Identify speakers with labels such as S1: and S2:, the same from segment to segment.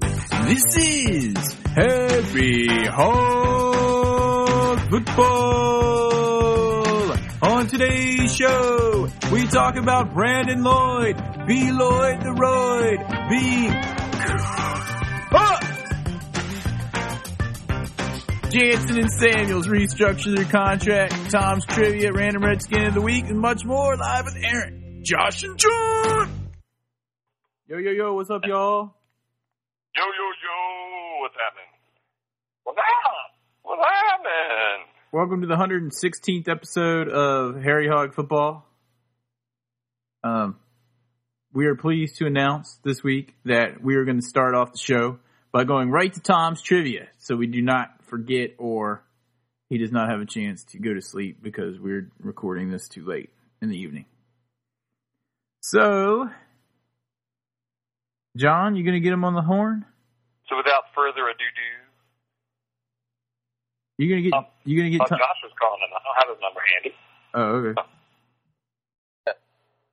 S1: This is Happy Hog Football. On today's show, we talk about Brandon Lloyd, B. Lloyd the Royd, B. Fuck! Jansen and Samuels restructure their contract, Tom's trivia, random redskin of the week, and much more live with Aaron, Josh, and John. Yo, yo, yo, what's up, y'all?
S2: Yo, yo, yo, what's happening? What's up? What's happening?
S1: Welcome to the 116th episode of Harry Hog Football. Um, we are pleased to announce this week that we are going to start off the show by going right to Tom's trivia, so we do not forget or he does not have a chance to go to sleep because we're recording this too late in the evening. So, John, you going to get him on the horn?
S2: So without further ado, do
S1: You going to get you going to
S2: oh,
S1: get Tom-
S2: Josh was calling and I don't have his number handy.
S1: Oh, okay.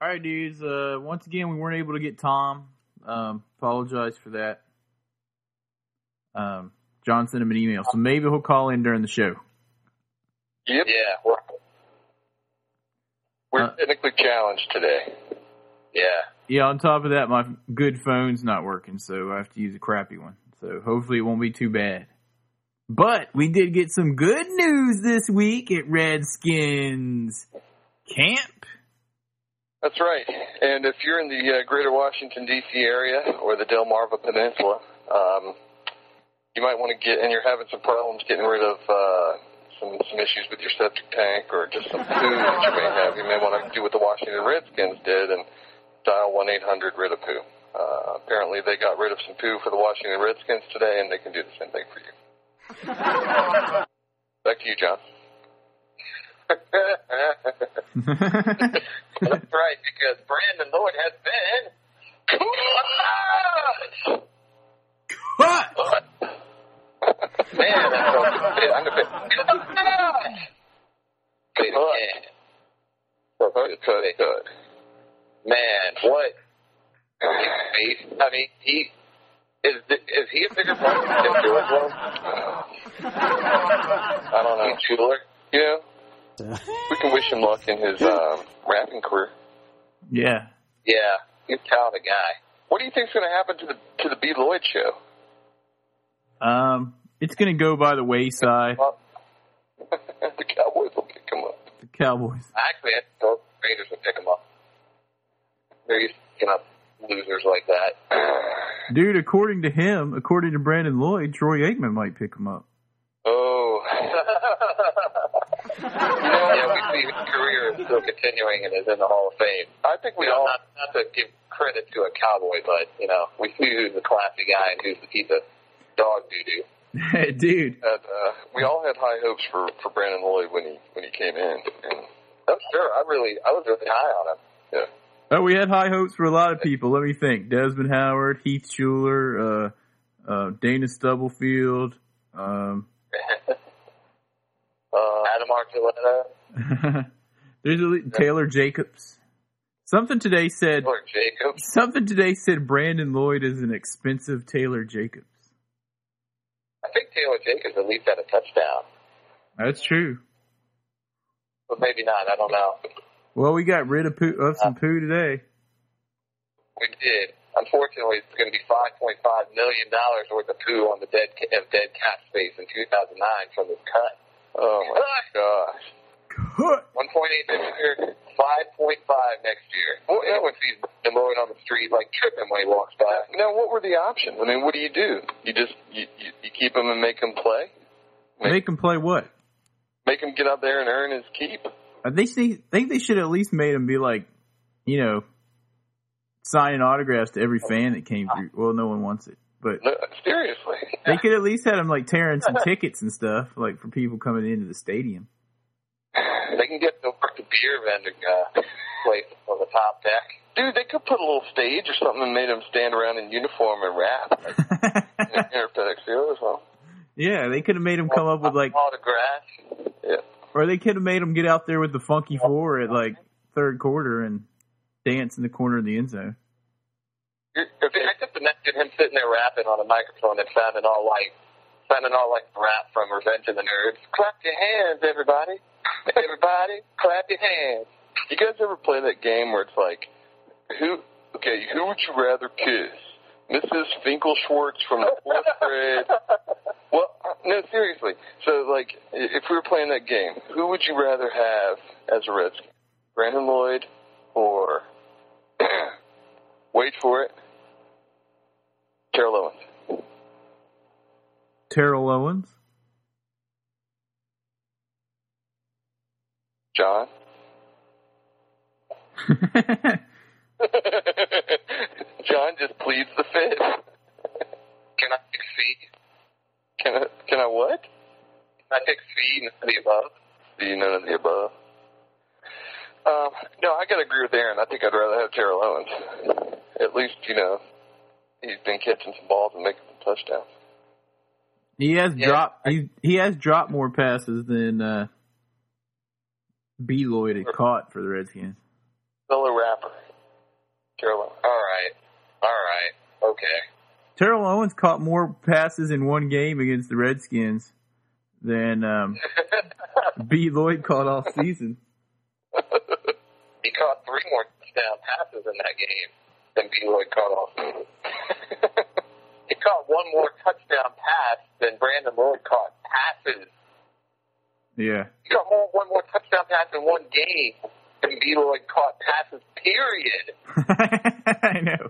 S1: All right, dudes. Uh, once again, we weren't able to get Tom. Um, apologize for that. Um, John sent him an email, so maybe he'll call in during the show.
S3: Yep.
S2: Yeah, we're,
S3: We're
S1: Uh,
S3: technically challenged today.
S2: yeah.
S1: Yeah. On top of that, my good phone's not working, so I have to use a crappy one. So hopefully, it won't be too bad. But we did get some good news this week at Redskins camp.
S3: That's right. And if you're in the uh, greater Washington, D.C. area or the Delmarva Peninsula, um, you might want to get, and you're having some problems getting rid of uh, some, some issues with your septic tank or just some poo that you may have. You may want to do what the Washington Redskins did and dial 1 800 rid of poo. Uh, apparently, they got rid of some poo for the Washington Redskins today, and they can do the same thing for you. Back to you, John. That's right, because Brandon Lloyd has been clutch.
S1: but
S3: Man, that felt good. I'm gonna be clutch. Clutch. Clutch, clutch, clutch. Man, what? I mean, he is. Is he a bigger part than Tim Jewett was? I don't know. Jeweler, you know. We can wish him luck in his um, rapping career.
S1: yeah,
S3: Yeah, you tell the guy. What do you think's going to happen to the to the B Lloyd show?
S1: um, it's gonna go by the wayside.
S3: Well, the Cowboys will pick him up.
S1: The Cowboys.
S3: Actually, I think the Raiders will pick him up. They're used to picking up losers like that.
S1: Dude, according to him, according to Brandon Lloyd, Troy Aikman might pick him up.
S3: oh. you know, yeah, we see his career is still continuing and is in the Hall of Fame. I think we all not, not to give credit to a cowboy, but you know, we see who's the classy guy and who's the piece of dog doo doo.
S1: Dude,
S3: had, uh, we all had high hopes for for Brandon Lloyd when he when he came in. And I'm Oh, sure I really I was really high on him. Yeah.
S1: oh, we had high hopes for a lot of people. Let me think. Desmond Howard, Heath Schuler, uh, uh, Dana Stubblefield. Um,
S3: Uh, Adam Archuleta,
S1: there's a, li- Taylor Jacobs. Something today said.
S3: Taylor Jacobs.
S1: Something today said Brandon Lloyd is an expensive Taylor Jacobs.
S3: I think Taylor Jacobs at least had a touchdown,
S1: That's true.
S3: but maybe not. I don't know.
S1: Well, we got rid of poo, of some poo today.
S3: We did. Unfortunately, it's going to be 5.5 million dollars worth of poo on the dead ca- of dead cap space in 2009 from this cut. Oh my gosh. One point eight this year, five point five next year. Well, Everyone sees Brandon Lloyd on the street like tripping when he walks by.
S4: Now, what were the options? I mean, what do you do? You just you, you, you keep him and make him play,
S1: Make him play what?
S4: make him get out there and earn his keep.
S1: I think they think they should at least made him be like, you know, signing autographs to every fan that came through. Well, no one wants it, but
S4: No, seriously,
S1: they could at least had him like tearing some tickets and stuff, like for people coming into the stadium.
S3: They can get the work the beer vending uh, place on the top deck.
S4: dude, they could put a little stage or something and made him stand around in uniform and rap like, in in FedEx Field or something.
S1: yeah, they could have made him come up with like,
S3: autographs.
S1: or they could have made him get out there with the funky four at like third quarter and dance in the corner of the end zone.
S3: You're- If I took connected him sitting there rapping on a microphone that sounded all like sounded all like the rap from Revenge of the Nerds. Clap your hands, everybody. Everybody, clap your hands.
S5: You guys ever play that game where it's like, who? Okay, who would you rather kiss? Mrs. Finkelschwartz from the fourth grade. Well, no, seriously. So, like, if we were playing that game, who would you rather have as a Redskin? Brandon Lloyd or wait for it, Terrell Owens?
S1: Terrell Owens.
S5: John? John just pleads the fifth.
S3: Can I pick C?
S5: Can I, can I what?
S3: Can I pick C? None of the above.
S5: Do you know none of the above?
S3: Um, no, I gotta agree with Aaron. I think I'd rather have Terrell Owens.
S5: At least, you know, he's been catching some balls and making some touchdowns.
S1: He has
S3: Yeah.
S1: dropped. He he has dropped more passes than uh, B. Lloyd had caught for the Redskins.
S5: Fellow rapper. Terrell Owens.
S3: All right, all right, okay.
S1: Terrell Owens caught more passes in one game against the Redskins than um, B. Lloyd caught all season.
S3: He caught three more touchdown passes in that game than Beloy caught all season. he caught one more touchdown pass than Brandon Lloyd caught passes.
S1: Yeah,
S3: He got more, one more touchdown pass in one game than Beloy caught passes, period.
S1: I know.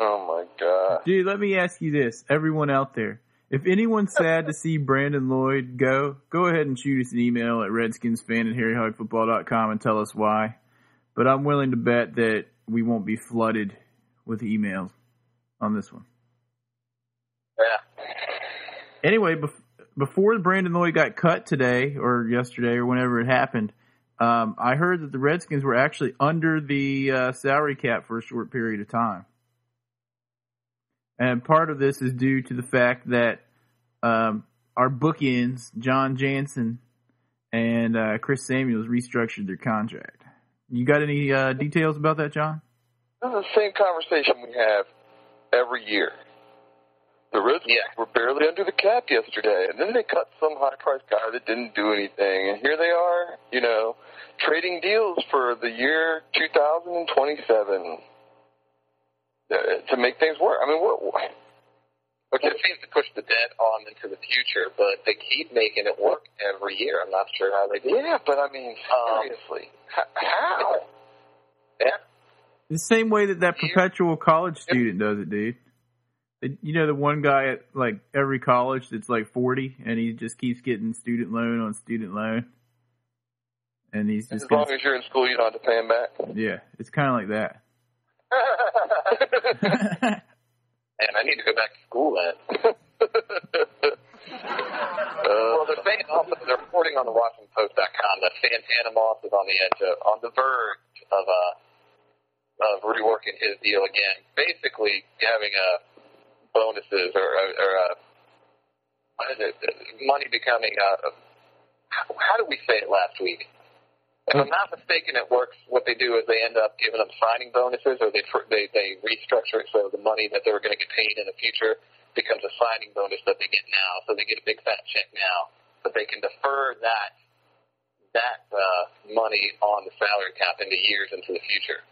S5: Oh my god.
S1: Dude, let me ask you this, everyone out there. If anyone's sad to see Brandon Lloyd go, go ahead and shoot us an email at redskinsfan at harryhogfootball.com and tell us why. But I'm willing to bet that we won't be flooded with emails on this one.
S3: Yeah.
S1: Anyway, bef- before Brandon Lloyd got cut today or yesterday or whenever it happened, um, I heard that the Redskins were actually under the uh, salary cap for a short period of time. And part of this is due to the fact that um, our bookends, John Jansen and uh, Chris Samuels, restructured their contract. You got any uh, details about that, John?
S5: This is the same conversation we have every year. The Redskins
S3: Yeah.
S5: were barely under the cap yesterday, and then they cut some high-priced guy that didn't do anything, and here they are, you know, trading deals for the year 2027 uh, to make things work. I mean, what? what
S3: Which it seems to push the debt on into the future, but they keep making it work every year. I'm not sure how they do it.
S5: yeah, but I mean,
S3: Um,
S5: seriously, h- how?
S3: Yeah.
S1: The same way that that perpetual college student does it, dude. It- You know the one guy at like every college that's like forty, and he just keeps getting student loan on student loan, and he's
S5: As
S1: just
S5: long
S1: gonna,
S5: as you're in school, you don't have to pay them back.
S1: yeah, it's kind of like that.
S3: And I need to go back to school then. Uh, well, they're saying also, they're reporting on the WashingtonPost.com that Santana Moss is on the edge of, on the verge of, uh, of reworking his deal again. Basically, having, uh, bonuses or, or, or uh, what is it? Money becoming, uh, how, how did we say it last week? If I'm not mistaken, it works. What they do is they end up giving them signing bonuses, or they fr- they they restructure it so the money that they were going to get paid in the future becomes a signing bonus that they get now. So they get a big fat check now, but they can defer that that uh, money on the salary cap into years into the future.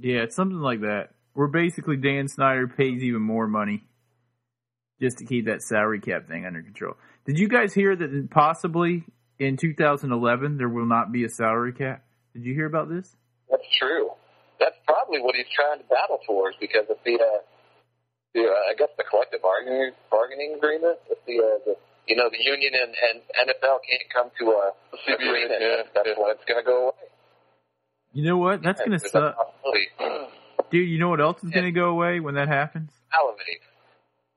S1: yeah, it's something like that. Where basically Dan Snyder pays even more money just to keep that salary cap thing under control. Did you guys hear that possibly in 2011 there will not be a salary cap? Did you hear about this?
S3: That's true. That's probably what he's trying to battle towards because of the, uh, the uh, I guess the collective bargaining bargaining agreement. With the, uh, the you know the union and, and NFL can't come to a
S5: CBA,
S3: agreement.
S5: yeah,
S3: That's why it's going to go away.
S1: You know what? That's gonna
S3: There's
S1: suck.
S3: a possibility.
S1: Dude, you know what else is going to go away when that happens?
S3: Salivate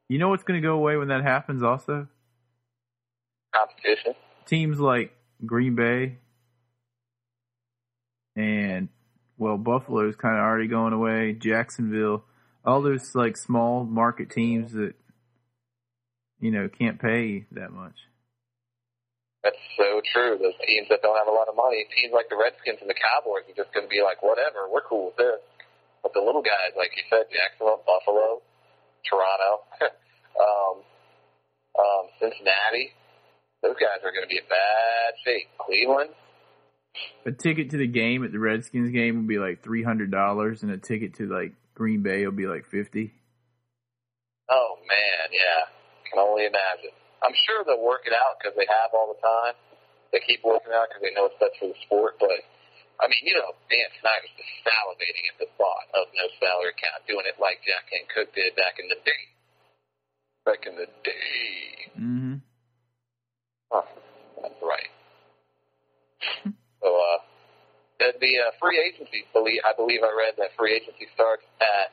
S1: You know what's going to go away when that happens also?
S3: competition.
S1: Teams like Green Bay and, well, Buffalo's kind of already going away, Jacksonville, all those like small market teams that, you know, can't pay that much.
S3: That's so true. Those teams that don't have a lot of money, teams like the Redskins and the Cowboys, are just going to be like, whatever, we're cool with this. But the little guys, like you said, Jacksonville, Buffalo, Toronto, um, um, Cincinnati, those guys are going to be in bad shape. Cleveland,
S1: A ticket to the game at the Redskins game would be like three hundred dollars, and a ticket to like Green Bay will be like fifty.
S3: Oh man, yeah. Can only imagine. I'm sure they'll work it out because they have all the time. They keep working out because they know it's best for the sport. But I mean, you know, Dan Snyder's just salivating at the thought of no salary cap, doing it like Jack and Cook did back in the day. Back in the day.
S1: Mm-hmm.
S3: Huh. That's right. so uh, that the uh, free agency, believe I believe I read that free agency starts at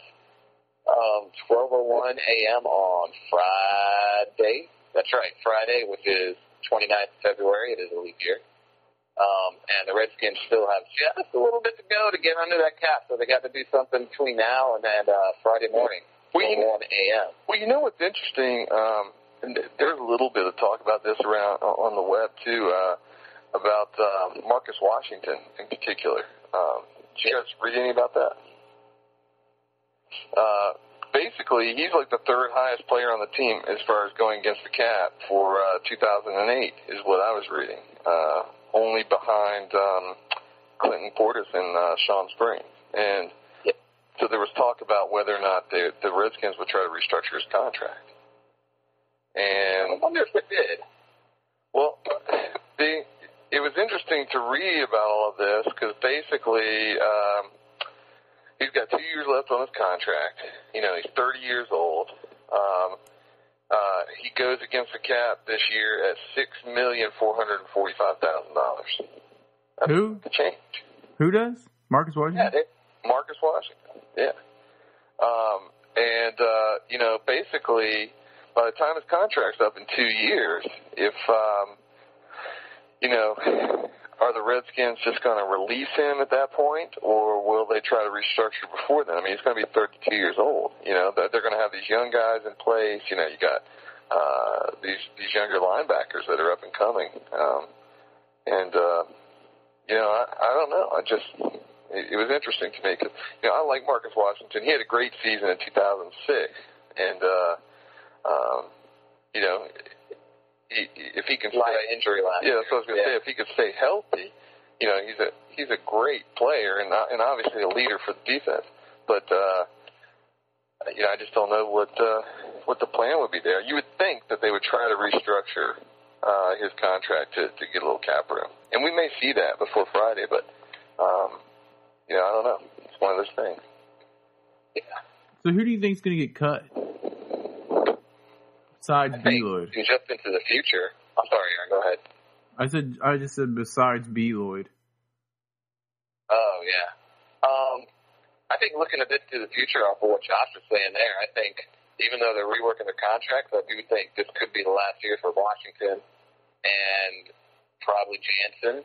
S3: um, 12:01 a.m. on Friday. That's right, Friday, which is 29th February. It is a leap year. Um, and the Redskins still have just a little bit to go to get under that cap, so they got to do something between now and then uh, Friday morning, oh
S2: Well, you-
S3: 1 a.m.
S2: Well, you know what's interesting? Um, and th- there's a little bit of talk about this around on the web too, uh, about um, Marcus Washington in particular. Um, did you guys read any about that? Uh, basically, he's like the third highest player on the team as far as going against the cap for uh, 2008 is what I was reading, uh, only behind um, Clinton Portis and uh, Sean Spring. And so there was talk about whether or not the the Redskins would try to restructure his contract.
S3: I
S2: And
S3: wonder if they did.
S2: well, the it was interesting to read about all of this because basically um, he's got two years left on his contract. You know, he's 30 years old. Um, uh, he goes against the cap this year at six million four hundred forty-five thousand dollars.
S1: Who?
S2: The change.
S1: Who does? Marcus
S2: Yeah,
S1: Washington.
S2: they, Marcus Washington. Yeah. Um, and uh, you know, basically, by the time his contract's up in two years, if um, you know, are the Redskins just going to release him at that point, or will they try to restructure before then? I mean, he's going to be 32 years old. You know, they're, they're going to have these young guys in place. You know, you got uh, these these younger linebackers that are up and coming, um, and uh, you know, I, I don't know. I just it, it was interesting to me because you know I like Marcus Washington. He had a great season in 2006, and uh, um, you know, he, he- if he can
S3: Light
S2: stay,
S3: injury last
S2: yeah,
S3: year.
S2: that's what I was gonna say. If he could stay healthy, you know, he's a he's a great player and uh, and obviously a leader for the defense. But uh, you know, I just don't know what uh, what the plan would be there. You would think that they would try to restructure uh, his contract to to get a little cap room, and we may see that before Friday. But um, you know, I don't know. It's one of those things.
S1: So who do you think's going to get cut? Besides
S3: I think
S1: Beloid,
S3: you jump into the future. I'm sorry, Aaron. Go ahead.
S1: I said. I just said besides Beloid.
S3: Oh yeah. Um, I think looking a bit to the future off of what Josh was saying there, I think even though they're reworking their contracts, I do think this could be the last year for Washington and probably Jansen.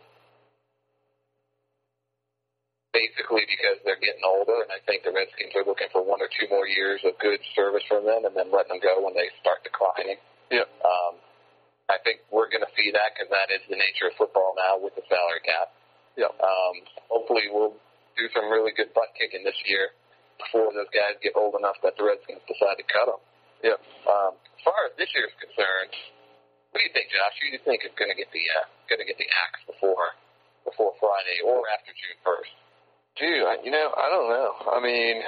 S3: Basically, because they're getting older, and I think the Redskins are looking for one or two more years of good service from them, and then letting them go when they start declining.
S2: Yep.
S3: Um, I think we're going to see that because that is the nature of football now with the salary cap.
S2: Yep.
S3: Um, hopefully, we'll do some really good butt kicking this year before those guys get old enough that the Redskins decide to cut them.
S2: Yep.
S3: Um, as far as this year's concerned, what do you think, Josh? Who do you think is going to get the uh, going to get the axe before before Friday or after June first?
S2: Dude, I, you know, I don't know. I mean,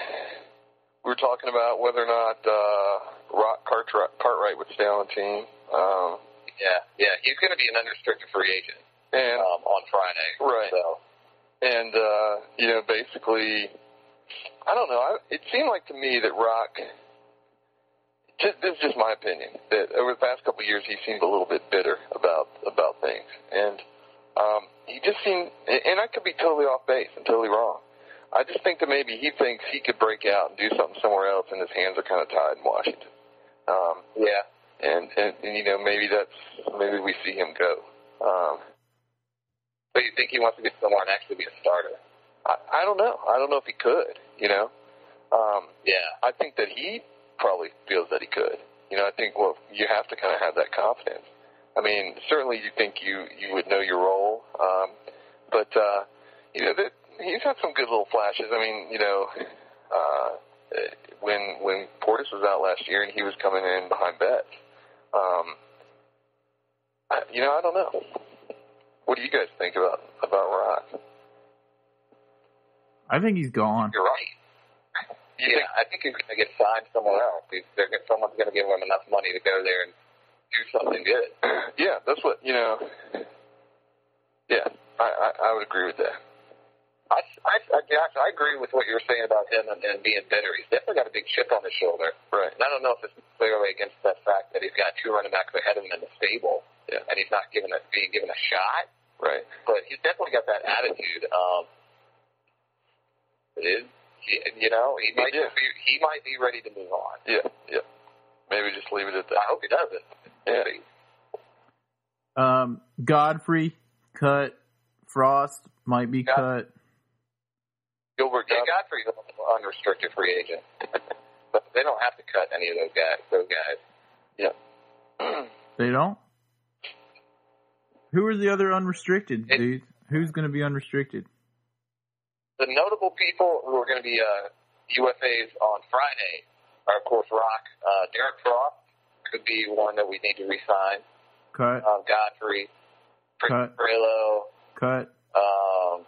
S2: we were talking about whether or not uh, Rock Cartwright, Cartwright would stay on the team, um,
S3: Yeah, yeah, he's going to be an unrestricted free agent
S2: and
S3: um, on Friday.
S2: Right.
S3: So
S2: and uh, you know, basically, I don't know. I, it seemed like to me that Rock. Just, this is just my opinion. That over the past couple of years, he seemed a little bit bitter about about things, and um, he just seemed. And and I could be totally off base and totally wrong. I just think that maybe he thinks he could break out and do something somewhere else, and his hands are kind of tied in Washington. Um,
S3: yeah,
S2: and, and and you know, maybe that's maybe we see him go. Um,
S3: so you think he wants to get somewhere and actually be a starter?
S2: I, I don't know. I don't know if he could. You know, um,
S3: Yeah,
S2: I think that he probably feels that he could. You know, I think well, you have to kind of have that confidence. I mean, certainly you think you you would know your role, um, but uh, you know that he's had some good little flashes. I mean, you know,
S5: uh, when when Portis was out last year and he was coming in behind Betts. Um, I, you know, I don't know. What do you guys think about about Rock?
S1: I think he's gone.
S3: You're right.
S5: You
S3: yeah, I think he's going to get signed somewhere else. He's, they're, gonna- someone's going to give him enough money to go there and do something good.
S5: think? Yeah, that's what you know. Yeah, I, I, I would agree with that.
S3: I, I, I, Josh, I agree with what you were saying about him and, and being bitter. He's definitely got a big chip on his shoulder.
S5: Right.
S3: And I don't know if it's clearly against that fact that he's got two running backs ahead of him in the stable,
S5: Yeah.
S3: and he's not given a, being given a shot.
S5: Right.
S3: But he's definitely got that attitude. Um, it is, he- you know, he might just
S5: Yeah.
S3: be, he might be ready to move on.
S5: Yeah. Yeah. Maybe just leave it at
S3: I
S5: that.
S3: hope he doesn't.
S5: Yeah.
S1: Um, Godfrey cut. Frost might be
S3: Yeah.
S1: cut.
S5: Gilbert
S3: Yeah,
S5: Godfrey.
S3: Godfrey's an unrestricted free agent, but they don't have to cut any of those guys. Those guys.
S1: They don't. Who are the other unrestricted
S3: It-
S1: dudes? Who's going to be unrestricted?
S3: the notable people who are going to be uh, UFAs on Friday are, of course, Rock. Uh, Derek Frost could be one that we need to resign.
S1: Cut,
S3: Um, Godfrey,
S1: Cut.
S3: Prillo,
S1: cut.
S3: um,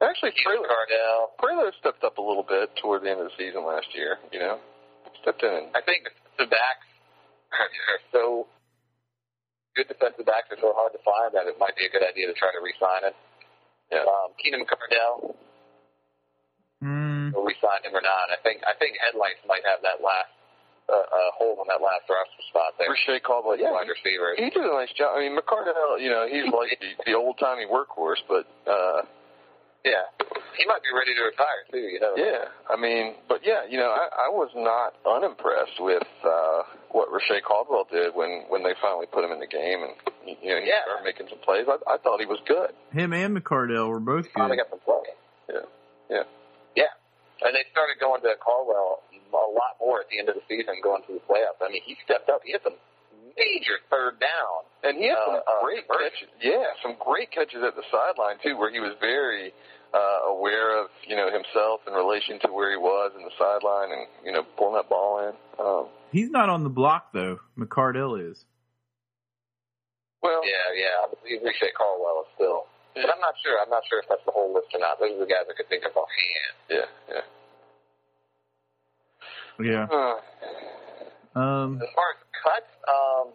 S5: Actually,
S3: Keith
S5: Frelo,
S3: Cardell.
S5: Frelo stepped up a little bit toward the end of the season last year. You know, stepped in. And,
S3: I think the backs are so good defensive backs are so hard to find that it might be a good idea to try to resign it.
S5: yeah.
S3: Um, Keenan Cardell,
S1: Mm,
S3: will resign him or not? I think I think headlights might have that last uh, uh, hold on that last roster spot there.
S5: Rashe Caldwell. Yeah.
S3: Wide receivers.
S5: He did a nice job. I mean, McCardell, you know, he's like the, the old timey workhorse, but uh,
S3: Yeah, he might be ready to retire too. You know.
S5: yeah, I mean, but yeah, you know, I, I was not unimpressed with uh, what Rashe Caldwell did when when they finally put him in the game, and you know, he
S3: Yeah.
S5: started making some plays. I, I thought he was good.
S1: him and McCardell were both
S3: finally
S1: good.
S3: got some play.
S5: Yeah, yeah,
S3: Yeah, and they started going to Caldwell a lot more at the end of the season, going to the playoffs. I mean, he stepped up. He had some major third down.
S5: and he had some
S3: Uh, uh,
S5: great
S3: Burks.
S5: catches. Yeah, some great catches at the sideline too, where he was very uh, aware of you know himself in relation to where he was in the sideline, and you know, pulling that ball in. Um,
S1: He's not on the block though. McCardell is.
S5: well,
S3: Yeah, yeah. I believe Richie Caldwell is still. But I'm not sure. I'm not sure if that's the whole list or not. Those are the guys I could think of offhand.
S5: yeah, yeah.
S1: Yeah.
S5: Uh,
S3: Uh.
S1: Um,
S3: As far as cuts, um,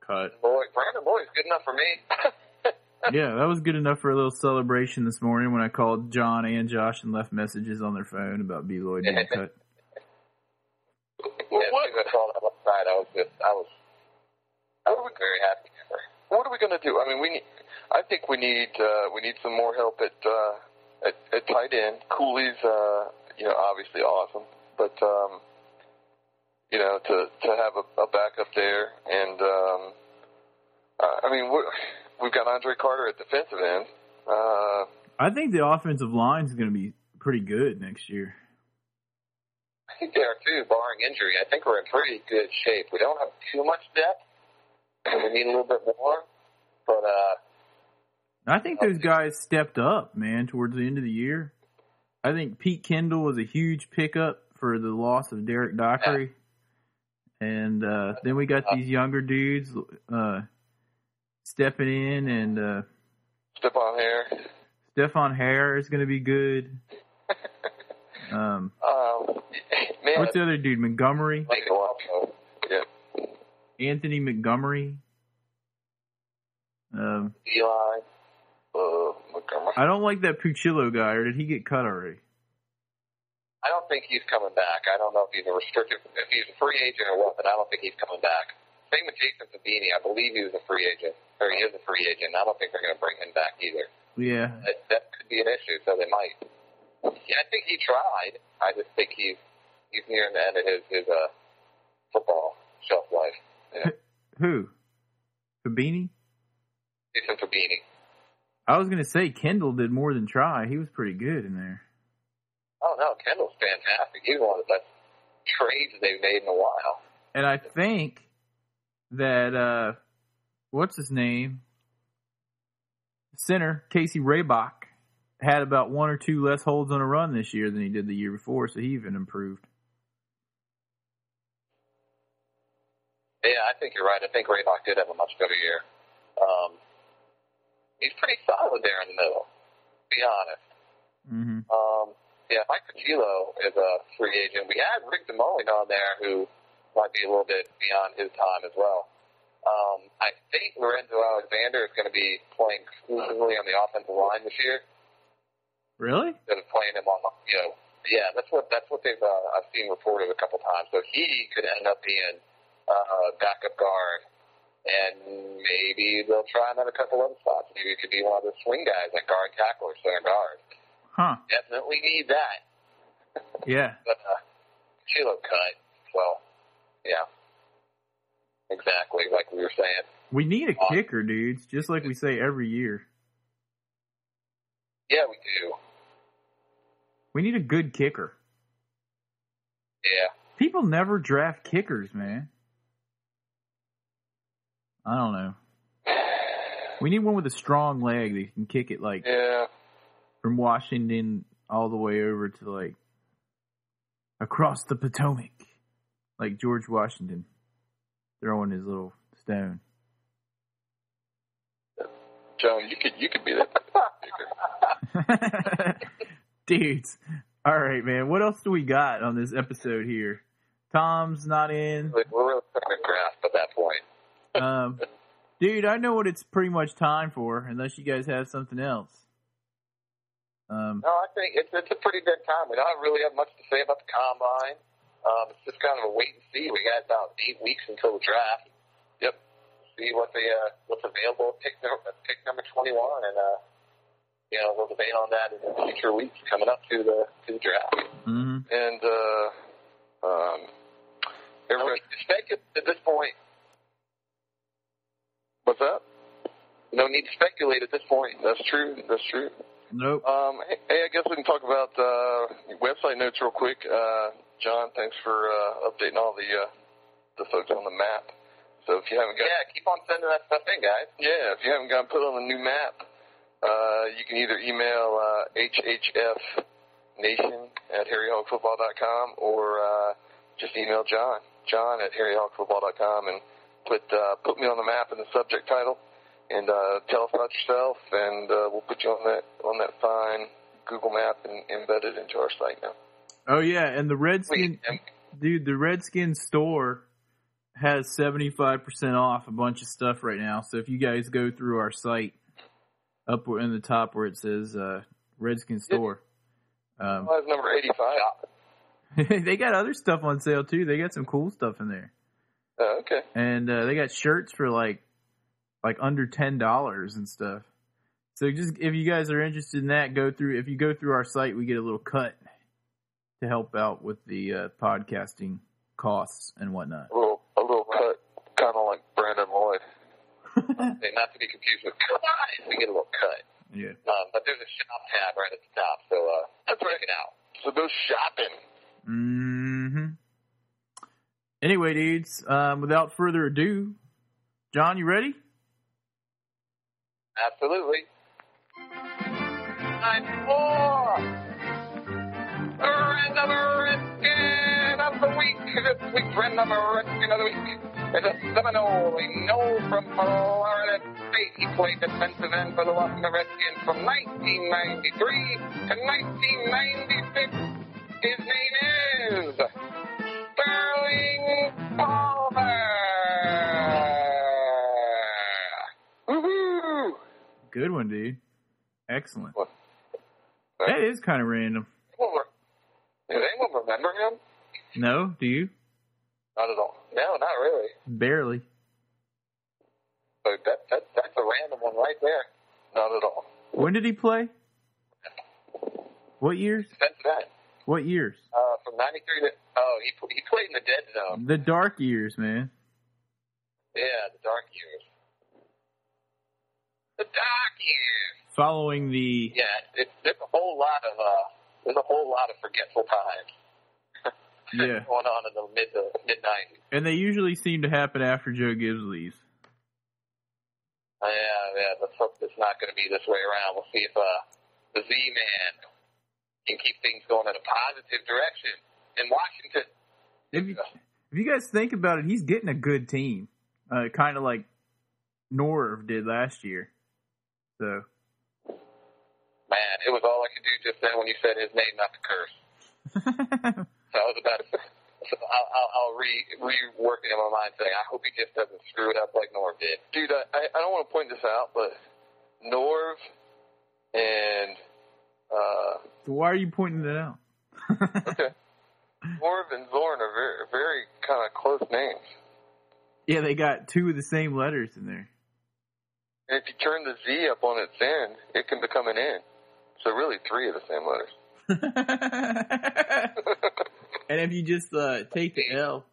S1: cut.
S3: Lloyd, Brandon Lloyd's good enough for me.
S1: Yeah, that was good enough for a little celebration this morning when I called John and Josh and left messages on their phone about B. Lloyd being cut.
S5: well,
S3: yeah,
S5: what,
S3: I saw that outside. I was just, I was, I was very happy for him.
S5: what are we going to do? I mean, we need, I think we need uh, we need some more help at uh, at, at tight end. Cooley's uh, you know obviously awesome, but um, you know to to have a, a backup there, and um, uh, I mean we we've got Andre Carter at defensive end. Uh,
S1: I think the offensive line is going to be pretty good next year.
S3: I think they are too, barring injury. I think we're in pretty good shape. We don't have too much depth. We need a little bit more. But uh
S1: I think those guys stepped up, man, towards the end of the year. I think Pete Kendall was a huge pickup for the loss of Derek Dockery. And uh, then we got these younger dudes uh, stepping in, and uh,
S5: Stephon Hare.
S1: Stephon Hare is going to be good. Um,
S5: Um, man,
S1: what's the other dude? Montgomery?
S3: like also
S5: yeah,
S1: Anthony Montgomery? Um,
S3: Eli.
S5: uh, Montgomery.
S1: I don't like that Puccillo guy, or did he get cut already?
S3: I don't think he's coming back. I don't know if he's a restricted if he's a free agent or what, but I don't think he's coming back. Same with Jason Fabini. I believe he was a free agent. Or he is a free agent. I don't think they're gonna bring him back either.
S1: Yeah,
S3: That that could be an issue, so they might. Yeah, I think he tried. I just think he's he's nearing the end of his, his uh football shelf life.
S1: Who? Fabini?
S3: Jason Fabini.
S1: I was gonna say Kendall did more than try. He was pretty good in there.
S3: Oh no, Kendall's fantastic. He's one of the best trades they've made in a while.
S1: And I think that uh what's his name? Center, Casey Raybach had about one or two less holds on a run this year than he did the year before, so he even improved.
S3: Yeah, I think you're right. I think Raylock did have a much better year. Um, he's pretty solid there in the middle, to be honest.
S1: Mm-hmm.
S3: Um, yeah, Mike Pacillo is a free agent. We had Rick DeMoline on there, who might be a little bit beyond his time as well. Um, I think Lorenzo Alexander is going to be playing exclusively on the offensive line this year
S1: Really?
S3: instead of playing him on, the you know, yeah, that's what that's what they've uh, I've seen reported a couple times. So he could end up being uh, backup guard, and maybe they'll try him at a couple other spots. Maybe he could be one of the swing guys at guard tackle or center guard.
S1: Huh.
S3: Definitely need that.
S1: Yeah.
S3: But uh, Chilo cut. Well, yeah, exactly like we were saying.
S1: We need
S3: Uh,
S1: a kicker, dudes, just like we say every year.
S3: Yeah, we do.
S1: We need a good kicker.
S3: Yeah,
S1: People never draft kickers, man. I don't know. We need one with a strong leg that can kick it like
S5: Yeah.
S1: from Washington all the way over to like across the Potomac, like George Washington throwing his little stone.
S5: Joan, you could you could be that.
S1: Dudes. All right, man. What else do we got on this episode here? Tom's not in.
S3: Like, we're really starting to grasp at that point.
S1: Um, dude, I know what it's pretty much time for, unless you guys have something else. Um,
S3: No, I think it's it's a pretty dead time. We don't really have much to say about the combine. Um, it's just kind of a wait and see. We got about eight weeks until the draft.
S5: Yep.
S3: See what the uh, what's available at pick number pick number twenty one, and uh, you know we'll debate on that in future weeks coming up to the to the draft.
S1: mhm.
S5: And uh, um,
S3: Everybody,
S5: everybody,
S3: speculate at this point.
S5: what's that?
S3: No need to speculate at this point.
S5: That's true. That's true.
S1: Nope.
S5: Um, hey, hey, I guess we can talk about uh, website notes real quick. Uh, John, thanks for uh, updating all the uh, the folks on the map. So if you haven't got
S3: Yeah, keep on sending that stuff in, guys.
S5: Yeah, if you haven't gotten put on the new map, uh, you can either email uh, hhfnation at harryhogfootball.com or uh, just email John, john at harryhogfootball.com and put, uh, put me on the map in the subject title and uh, tell us about yourself and uh, we'll put you on that, on that fine Google map and embed it into our site now.
S1: Oh yeah, and the
S3: Please,
S1: Redskin
S3: and
S1: dude, the Redskin store has seventy five percent off a bunch of stuff right now. So if you guys go through our site, up in the top where it says uh, Redskin store, um,
S5: Well, that's number 85.
S1: they got other stuff on sale too. They got some cool stuff in there,
S5: Uh, okay.
S1: and uh, they got shirts for like like under ten dollars and stuff. So just if you guys are interested in that, go through. If you go through our site, we get a little cut to help out with the uh, podcasting costs and whatnot.
S5: A little, a little cut, kind of like Brandon Lloyd.
S3: not to be confused with cut. We get a little cut.
S1: Yeah.
S3: Um, but there's a shop tab right at the top, so uh, let's check it out.
S5: So go shopping.
S1: hmm Anyway, dudes, um, without further ado, John, you ready?
S3: Absolutely. Nine four. Another redskin of the week. This week's random redskin of the week is a Seminole, a Noel from Florida State. He played defensive end for the Washington Redskins from 1993 to 1996. His name is Sterling Palmer.
S5: Woohoo!
S1: Good one, dude. Excellent.
S5: What?
S1: That is kind of random.
S3: Well, we're-
S5: Does anyone remember him?
S1: No, do you?
S5: Not at all.
S3: No, not really.
S1: Barely.
S3: So that, that that's a random one right there.
S5: Not at all.
S1: When did he play? What years?
S3: That's that.
S1: What years?
S3: Uh, from '93 to oh, he pl- he played in the dead zone.
S1: The dark years, man.
S3: Yeah, the dark years. The dark years.
S1: Following the
S3: Yeah, it, there's a whole lot of uh, there's a whole lot of forgetful times
S1: yeah,
S3: going on in the mid the mid '90s.
S1: and they usually seem to happen after Joe Gibbs leaves.
S3: Oh, Uh, yeah, yeah. Let's hope it's not going to be this way around. We'll see if uh, the Z-Man, and keep things going in a positive direction in Washington.
S1: If you, if you guys think about it, he's getting a good team, uh, kind of like Norv did last year. So
S3: Man, it was all I could do just then when you said his name, not to curse. So I was about to. So I'll, I'll, I'll re rework it in my mind, saying I hope he just doesn't screw it up like Norv did.
S5: Dude, I, I, I don't want to point this out, but Norv and uh,
S1: so why are you pointing it out?
S5: okay, Norv and Zorn are very, very kind of close names.
S1: yeah, they got two of the same letters in there.
S5: And if you turn the Z up on its end, it can become an N. So really, three of the same letters.
S1: and if you just uh, take the L,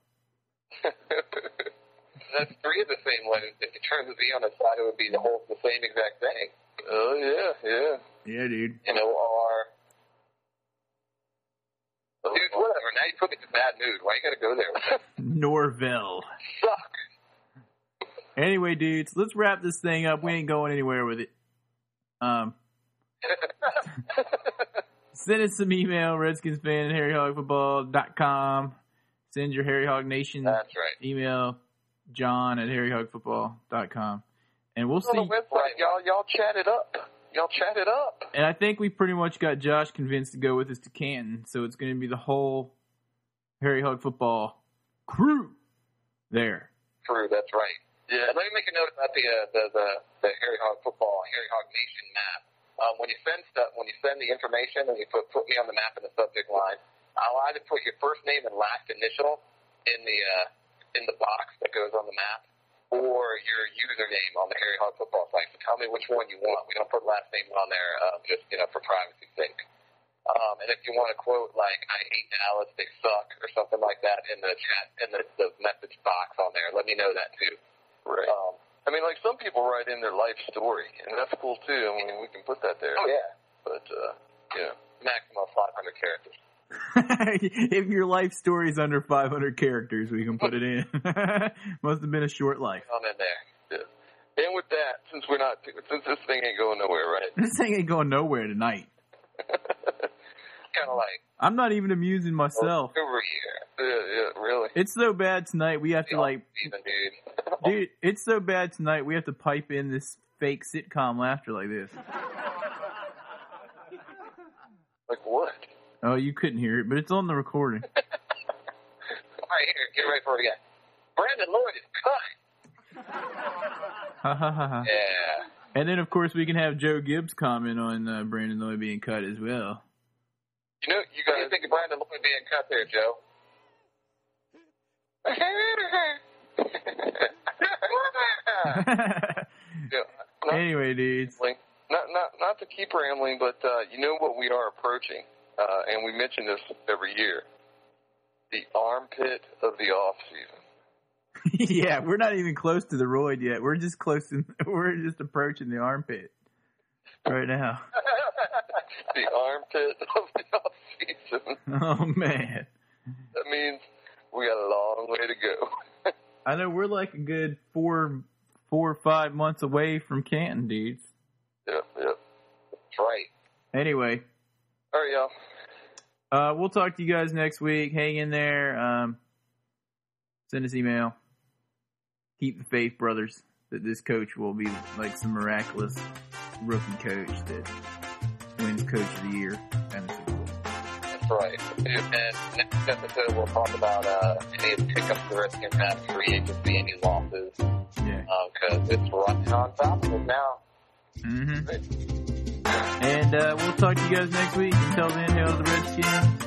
S3: That's three of the same letters. If you turn the Z on its side, it would be the whole the same exact thing.
S5: Oh yeah, yeah.
S1: yeah, dude.
S3: N O R. Dude, whatever. Now you put me in a bad mood. Why you gotta go there?
S1: Norvell.
S3: Suck.
S1: Anyway, dudes, let's wrap this thing up. We ain't going anywhere with it. Um, send us some email, redskinsfan at harryhogfootball.com. Send your Harry Hog Nation
S3: That's right.
S1: email, john at harryhogfootball.com. And we'll
S5: On the
S1: see.
S5: website, y'all, y'all chat it up. Y'all chat it up.
S1: And I think we pretty much got Josh convinced to go with us to Canton, so it's going to be the whole Harry Hog Football crew there.
S3: True. That's right. Yeah. Let me make a note about the uh, the, the the Harry Hog football, Harry Hog Nation map. Um, when you send stuff, when you send the information, and you put put me on the map in the subject line, I'll either put your first name and last initial in the uh, in the box that goes on the map, or your username on the Harry Hog football site. So tell me which one you want. We don't put last name on there, um, just you know for privacy's sake. Um, and if you want to quote like "I hate Dallas, they suck" or something like that in the chat in the, the message box on there, let me know that too.
S5: Right.
S3: Um,
S5: Uh, I mean, like some people write in their life story, and that's cool too. I mean, we can put that there.
S3: oh yeah,
S5: But uh, yeah,
S3: maximum 500 characters.
S1: if your life story is under 500 characters, we can put it in. Must have been a short life.
S3: I'm in there.
S5: yeah. And with that, since we're not, since this thing ain't going nowhere, right?
S1: This thing ain't going nowhere tonight.
S3: Kind of like
S1: I'm not even amusing myself.
S3: over here,
S5: Yeah, Uh, yeah, really.
S1: It's so bad tonight. We have to like,
S3: even dude.
S1: dude. It's so bad tonight. We have to pipe in this fake sitcom laughter like this.
S5: Like what?
S1: Oh, you couldn't hear it, but it's on the recording.
S3: All right, here, get ready for it again. Brandon Lloyd is cut.
S1: Ha ha ha ha.
S3: Yeah.
S1: And then of course we can have Joe Gibbs comment on uh, Brandon Lloyd being cut as well.
S3: You know, you guys think of Brandon Lloyd being cut there, Joe? yeah.
S5: Yeah. Not,
S1: anyway, dudes.
S5: rambling. Not, not, not to keep rambling, but uh, you know what we are approaching, uh, and we mention this every year: the armpit of the off season.
S1: yeah, we're not even close to the roid yet. We're just close. To, we're just approaching the armpit right now.
S5: The armpit of the off season.
S1: Oh man,
S5: That means we got a long way to go.
S1: I know we're like a good four, four or five months away from Canton, dudes.
S5: yep, yep.
S3: That's right.
S1: Anyway,
S5: All right, y'all.
S1: uh, we'll talk to you guys next week. Hang in there. Um, send us email. Keep the faith, brothers, that this coach will be like some miraculous rookie coach that wins coach of the year. Kind of thing.
S3: That's right. And next episode, we'll talk about uh, any of the pickups the Redskins have in free agency, any losses,
S1: Yeah.
S3: because it's running on top of them now.
S1: Mm-hmm. And uh, we'll talk to you guys next week. Until then, hail the Redskins.